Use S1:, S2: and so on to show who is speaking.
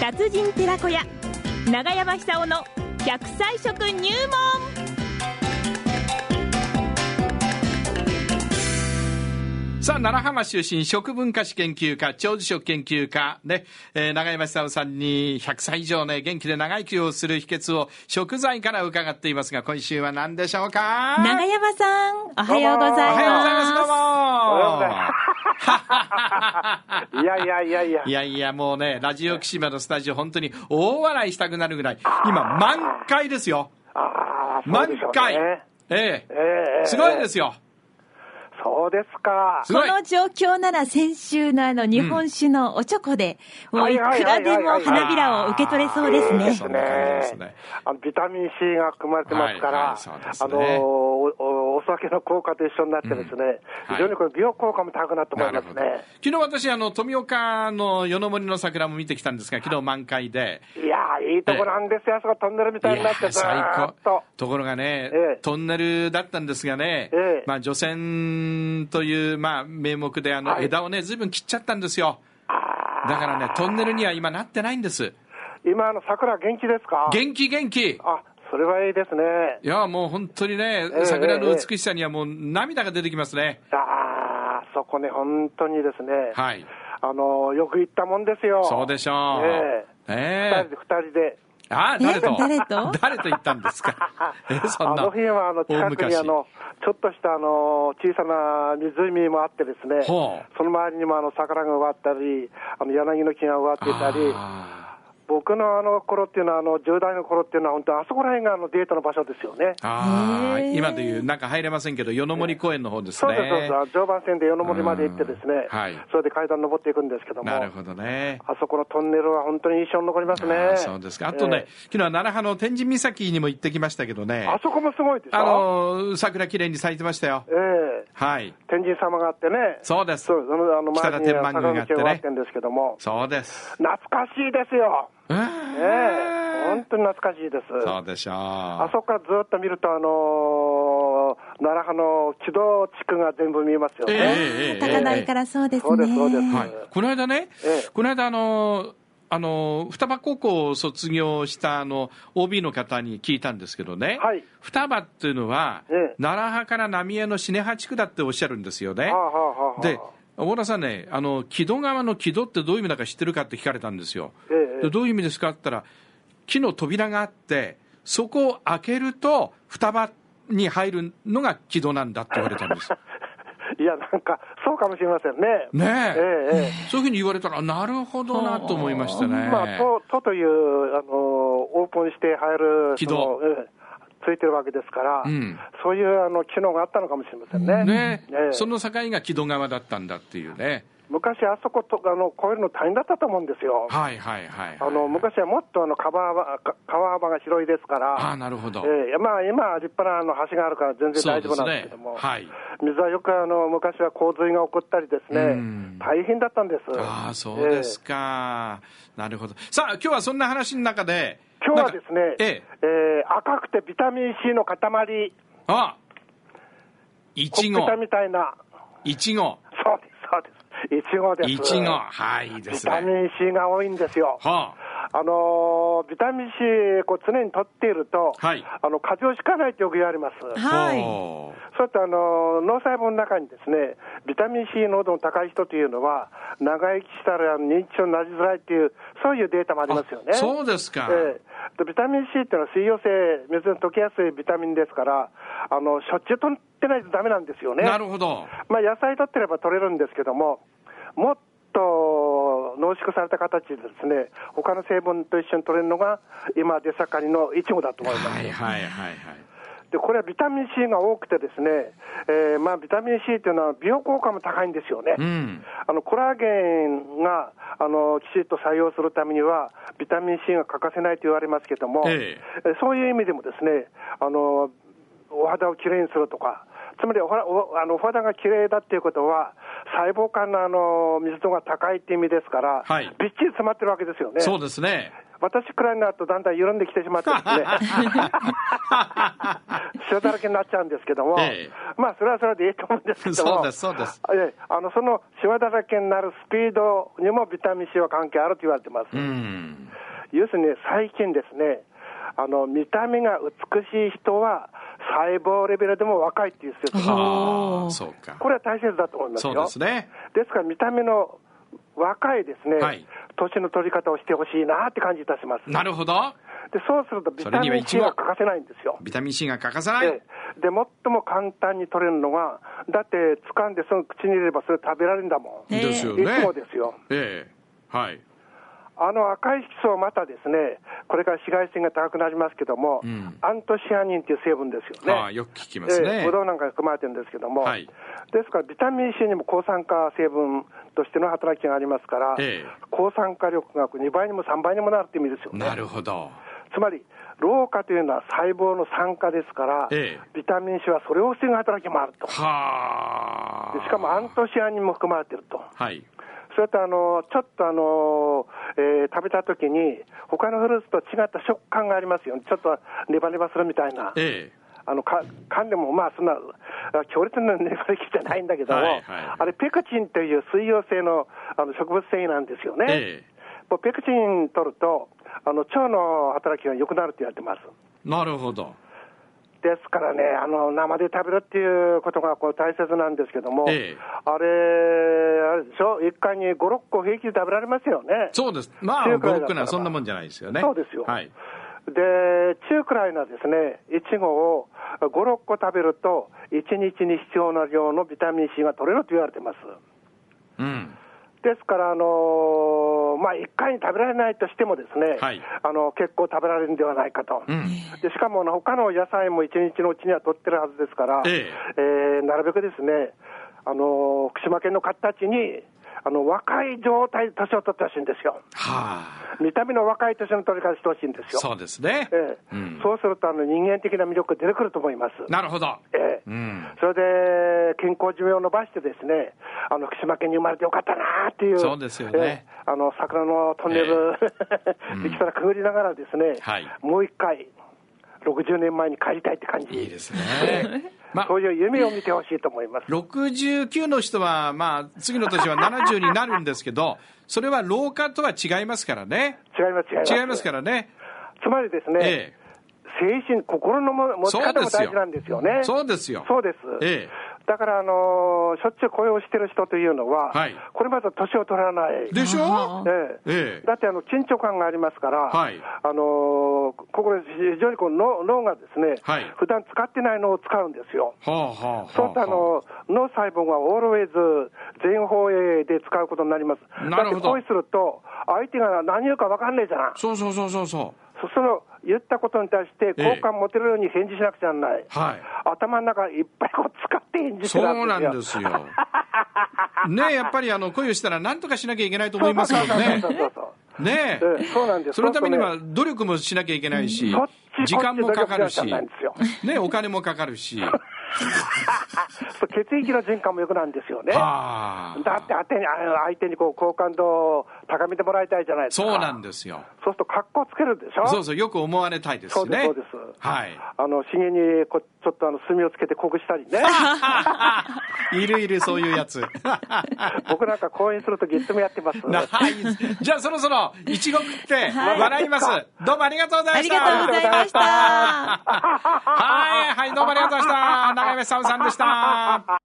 S1: 風神寺子屋長山久夫の百歳食入門
S2: さあ、奈良浜出身、食文化史研究家、長寿食研究家、ね、えー、長山久夫さんに100歳以上ね、元気で長生きをする秘訣を食材から伺っていますが、今週は何でしょうか
S1: 長山さんおはようござい
S2: おはようございます、ど
S1: ま
S2: うも
S3: おはようございまいやいやいやいや。
S2: いやいや、もうね、ラジオ岸場のスタジオ、本当に大笑いしたくなるぐらい、今、満開ですよ。
S3: ああ、そう
S2: 満
S3: でしょう
S2: 開。
S3: ね。
S2: え
S3: え
S2: え
S3: え。
S2: すごいですすよ。
S3: そうですか。
S2: すごい
S1: すこの状況なら先週のあの日本酒のおチョコで、もう
S3: はいいはい
S1: くら
S3: はい
S1: でも花びらを受け取れそうです
S3: いいで
S1: ね
S3: す
S2: そんな感じですね
S3: ね。あのビタミン C が含まれてますか
S2: はいは
S3: ら、
S2: いそうです
S3: あ
S2: ね
S3: のおおお酒の効果と一緒になってです
S2: う
S3: ね、
S2: ん
S3: 非常にこれ美容効果も高くなって思
S2: ないる
S3: ます
S2: ほど。
S3: ね。
S2: 昨日私、あの、富岡の夜の森の桜も見てきたんですが、昨日満開で。
S3: いやーいいとこなんですよ。あそこトンネルみたいになって
S2: いやー
S3: ず
S2: 最
S3: ー
S2: 高
S3: っと。
S2: ところがね、
S3: ええ
S2: トンネルだったんですがね、
S3: ええ
S2: まあ、除染という、まあ、名目であの
S3: はい
S2: 枝をね、ずいぶん切っちゃったんですよ、
S3: あー
S2: だからね、トンネルには今、なってないんです、
S3: 今あの桜元気ですか
S2: 元気、元気、い
S3: あ、それはいいですね。
S2: や、もう本当にね
S3: え、え
S2: 桜の美しさにはもう涙が出てきますね、
S3: ああ、そこね、本当にですね。
S2: はい、
S3: あのよく行ったもんですよ。
S2: そうでしょう、
S3: え
S2: え
S3: 二人で、二人で。
S2: えあ誰と
S1: え誰と
S2: 誰と言ったんですか、えそん
S3: あ
S2: な
S3: の日はあの
S2: 大
S3: 近くに
S2: 昔
S3: あのちょっとしたあの小さな湖もあってですね、
S2: ほう
S3: その周りにもあの桜が植わったり、あの柳の木が植わっていたり、
S2: あー
S3: 僕のあの頃っていうのは、あの10代の頃っていうのは、本当、あそこら辺があのデートの場所ですよね。
S2: あー
S1: へえ
S2: 今でいう、なんか入れませんけど、夜の森公園の方です
S3: そう
S2: ね。
S3: です、そうです、あの常磐線で夜の森まで行ってですね、
S2: うんはい
S3: それで階段登っていくんですけども、
S2: なる
S3: あ
S2: ほどね。
S3: そこのトンネルは本当に印象に残ります
S2: あー
S3: ね。
S2: そうですか。あとね、
S3: え
S2: 昨日は奈良派の天神岬にも行ってきましたけどね
S3: え、あそこもすごいですよ。
S2: あのー、桜綺麗に咲いてましたよ。
S3: ええ
S2: はい。
S3: 天神様があってね、
S2: そうです
S3: そうそのあの
S2: 北
S3: 周
S2: 田
S3: りに
S2: 天満宮があってね
S3: 坂道があってんですけども、
S2: そうです。
S3: 懐かしいですよ、
S2: うーん
S3: ええ本当に懐かしいです、
S2: そうでしょう。
S3: あそこからずっと見ると、あのー奈良派の木戸地区が全部見えますよ
S2: ええ
S3: ね、
S2: ええ
S1: 高台からそうです
S3: そう
S1: ね
S3: ですそうです
S2: はい。この間ね、
S3: ええ
S2: この間あのーあのー双葉高校を卒業したあの OB の方に聞いたんですけどね、
S3: はい
S2: 双葉っていうのは、
S3: ええ
S2: 奈良派から浪江のシネハ地区だっておっしゃるんですよね。
S3: はあはあはあはあ
S2: で、大田さんね、あの木戸川の木戸ってどういう意味だか知ってるかって聞かれたんですよ。
S3: ええ
S2: でどういう意味ですかって言ったら、木の扉があって、そこを開けると、双葉に入るのが木戸なんだって言われたんで す。
S3: いや、なんか、そうかもしれませんね。
S2: ね
S3: え
S2: え。
S3: ええ
S2: そういうふうに言われたら、なるほどなと思いました
S3: え
S2: ね。
S3: まあ、ととという、あのーオープンして入る、
S2: 木戸
S3: そのええついてるわけですから、
S2: うん
S3: そういうあの機能があったのかもしれませんね。
S2: ね
S3: ええ
S2: その境が木戸川だったんだっていうね。
S3: 昔、あそことあの越えるの大変だったと思うんですよ。
S2: はいはいはい、はい。
S3: あの昔はもっとあの川幅か川幅が広いですか
S2: ああ、
S3: ら、
S2: なるほど。
S3: ええまあ、今は立派なあの橋があるから全然
S2: そうで
S3: 大丈夫
S2: す
S3: なんですけ
S2: ね
S3: ども、。
S2: はい。
S3: 水はよくあの昔は洪水が起こったりですね、
S2: うん
S3: 大変だったんです。
S2: ああ、そうですか、なるほど。さあ、今日はそんな話の中で。
S3: ええ今日はです
S2: なん
S3: ね
S2: か、ええ。
S3: ええ赤くてビタミン C の塊、
S2: あい
S3: ほ
S2: ち
S3: っ
S2: ご
S3: ぺ。たみたいな、
S2: いちご。
S3: そうです、そうです、いちごです。
S2: いちご。はい、いいで
S3: ビ
S2: す
S3: タミ
S2: ね。
S3: ン C が多いんですよ。
S2: は
S3: あのービタミン C、こう常に取っていると、
S2: はい
S3: あの風邪をひかないとよく言われます。
S2: あ。
S1: はい
S2: ほ
S3: そうやって、あのー脳細胞の中にですね、ビタミン C 濃度の高い人というのは、長生きしたら認知症になりづらいっていう、そういうデータもありますよね。
S2: あそうですか
S3: ええでビタミン C っていうのは水溶性、水に溶けやすいビタミンですから、あのしょっちゅう取ってないとダメなんですよ
S2: う
S3: ね。
S2: なるほど。
S3: まあ、野菜取ってれば取れるんですけども、もっと濃縮された形でですね、他の成分と一緒に取れるのが、今出盛りのイチゴだと思います。
S2: はいはいはいはい。
S3: で、これはビタミン C が多くてですね、えーまあ、ビタミン C っていうのは美容効果も高いんですよね。
S2: うん。
S3: あのコラーゲンがあのきちっと採用するためには、ビタミン C が欠かせないと言われますけども、
S2: え
S3: えそういう意味でもですね、あのお肌をきれいにするとか、つまりお肌おあのお肌がきれいだっていうことは、細胞間のあの密度が高いって意味ですから、
S2: はい
S3: びっちり詰まってるわけですよね。
S2: そうです ね。
S3: 私くらいになると、だんだん緩んできてしまってですね、 塩だらけになっちゃうんですけども、
S2: ええ
S3: まあ、それはそれでいいと思うんですけ ど
S2: そ
S3: も、
S2: うですそうです
S3: ええあのその塩だらけになるスピードにもビタミン C は関係あると言われてます。
S2: うん。
S3: 要するに最近ですね、あの、見た目が美しい人は、細胞レベルでも若いっていう説
S1: あ
S3: こ
S2: ああ、そうか。
S3: れは大切だと思います
S2: そ
S3: よ。
S2: うですね。
S3: ですから見た目の若いですね、
S2: はい
S3: 年の取り方をしてほしいなって感じいたします。
S2: なるほど。
S3: でそうするとビ
S2: そ
S3: タ
S2: れには
S3: ミン
S2: 一
S3: C
S2: 応
S3: は欠かせないんですよ。
S2: ビタミン C が欠かせない。
S3: でで、最も簡単に取れるのが、だって掴んですぐ口に入れればそれ食べられるんだもん。
S1: ね
S2: ですよ
S3: いつ
S2: ね
S3: も。ですよ。
S2: ええ。はい。
S3: あの赤い色素はまたですね、これから紫外線が高くなりますけども、
S2: うん
S3: アントシアニンっていう成分ですよね。
S2: ああ、よく聞きます
S3: ええ
S2: ね
S3: ブ。ドウなんかに含まれてるんですけども、
S2: はい
S3: ですからビタミン C にも抗酸化成分としての働きがありますから、
S2: ええ
S3: 抗酸化力が2倍にも3倍にもなるって意味ですよ
S2: な
S3: ね。
S2: るほど。
S3: つまり、老化というのは細胞の酸化ですから、
S2: ええ
S3: ビタミン C はそれを防ぐ働きもあると。
S2: はあ。
S3: でしかもアントシアニンも含まれてると。
S2: はい。
S3: それとあのちょっとあの、えー食べたときに、他のフルーツと違った食感がありますよね、ちょっとネバネバするみたいな、
S2: え
S3: あのか噛んでもまあ、そんなあ強烈なネバネバじゃないんだけども、
S2: はいはい
S3: あれ、ペクチンという水溶性のあの植物繊維なんですよ
S2: え。
S3: ね、
S2: え
S3: もうペクチン取ると、あの腸の働きが良くなると言われてます。
S2: え。なるほど。
S3: ですからね、あの生で食べるっていうことがこう大切なんですけども、
S2: ええ
S3: あれ、あれでしょ、一回に5、6個平気で食べられますよね。
S2: そうです。まあ、
S3: 中
S2: 5、
S3: 華だったら
S2: 6はそんなもんじゃないですよね。
S3: そうですよ
S2: はい。
S3: で、中くらいのですね、いちごを5、6個食べると、1日に必要な量のビタミン C が取れると言われてます。
S2: うん。
S3: ですから、あのーまあ、1回に食べられないとしてもですね、
S2: はい
S3: あの結構食べられるんではないかと。
S2: うん。
S3: でしかもあの、他の野菜も1日のうちには取ってるはずですから、
S2: え
S3: えーなるべくですね、あのー福島県の方たちに、あの若い状態で年を取ってほしいんですよ。
S2: はあ。
S3: 見た目の若い年の取り方してほしいんですよ。
S2: そうですね。
S3: え
S2: う
S3: え
S2: ん
S3: そうするとあの人間的な魅力が出てくると思います。
S2: なるほど。
S3: ええ
S2: うん。
S3: それで健康寿命を伸ばして、ですねあの福島県に生まれてよかったなっていう、
S2: そうですよね
S3: ええあの桜のトンネル、
S2: う ん
S3: 行きからくぐりながら、ですね、
S2: はい
S3: もう一回、60年前に帰りたいって感じ、
S2: いい ですね。まあ
S3: そういう夢を見てほしいと思います。
S2: 69の人は、まあ、次の年は70になるんですけど、それは老化とは違いますからね。
S3: 違います、違います。
S2: 違いますからね。
S3: つまりですね、
S2: え
S3: 精神、心のも持ち
S2: そう
S3: 方も
S2: です
S3: 大
S2: よ
S3: 事なんですよね。
S2: え。そうですよ。
S3: そうです。
S2: ええ
S3: だから、あのーしょっちゅう声をしてる人というのは、
S2: はい
S3: これまだ年を取らない。
S2: でし
S1: あ
S2: ょ
S1: ー
S3: ええ
S2: ええ。
S3: だってあの緊張感がありますから、
S2: はい
S3: あのーここれ、非常にこう脳脳がですね、
S2: はい
S3: 普段使ってない脳を使うんですよ。
S2: はあはあはあ。
S3: そうするとあの脳細胞がオールウェイズ全方位で使うことになります。
S2: なるほど
S3: だって恋すると、相手が何言うか分かんないじゃない。
S2: そうそうそうそうそう。
S3: そその言ったことに対して、好感持てるように返事しなくちゃならない。
S2: はい。
S3: 頭の中いっぱいこう使って返事して
S2: そ
S3: る
S2: うなん
S3: わけ
S2: で
S3: です
S2: す
S3: よ。
S2: よ。ねえ、やっぱりあの恋をしたら何とかしなきゃいけないと思いますもんね
S3: そう。そうそうそう
S2: ね
S3: ええそうなんです
S2: そのためには努力もしなきゃいけないし
S3: そっ、
S2: 時
S3: ち
S2: 間もかかる
S3: こ
S2: し、
S3: っち努力しなきゃなん
S2: ね
S3: ですよ
S2: え、お金もかかるし。は
S3: そう血液の循環も良くなるんですよね。
S2: あ。
S3: だって相手にあ相手にこう好感度を高めてもらいたいじゃないですか。
S2: そうなんですよ。
S3: そうすると格好つけるでしょ。
S2: そうそう、よく思われたいです
S3: そうで
S2: ね
S3: すそうで。す
S2: はい。
S3: あの茂にこちょっとあの墨をつけて濃くした りね。
S2: い るいる、そういうやつ。
S3: 僕なんか講演するときいつもやってます。
S2: なあいいですじゃあそろそろ、いちご食って、
S1: はい
S2: 笑います。どうもありがとうござ
S1: あ
S2: いまし
S1: り
S2: た。
S1: がとうございま した。
S2: はい、はい、どうもありがとうございました。長山さんさんでした。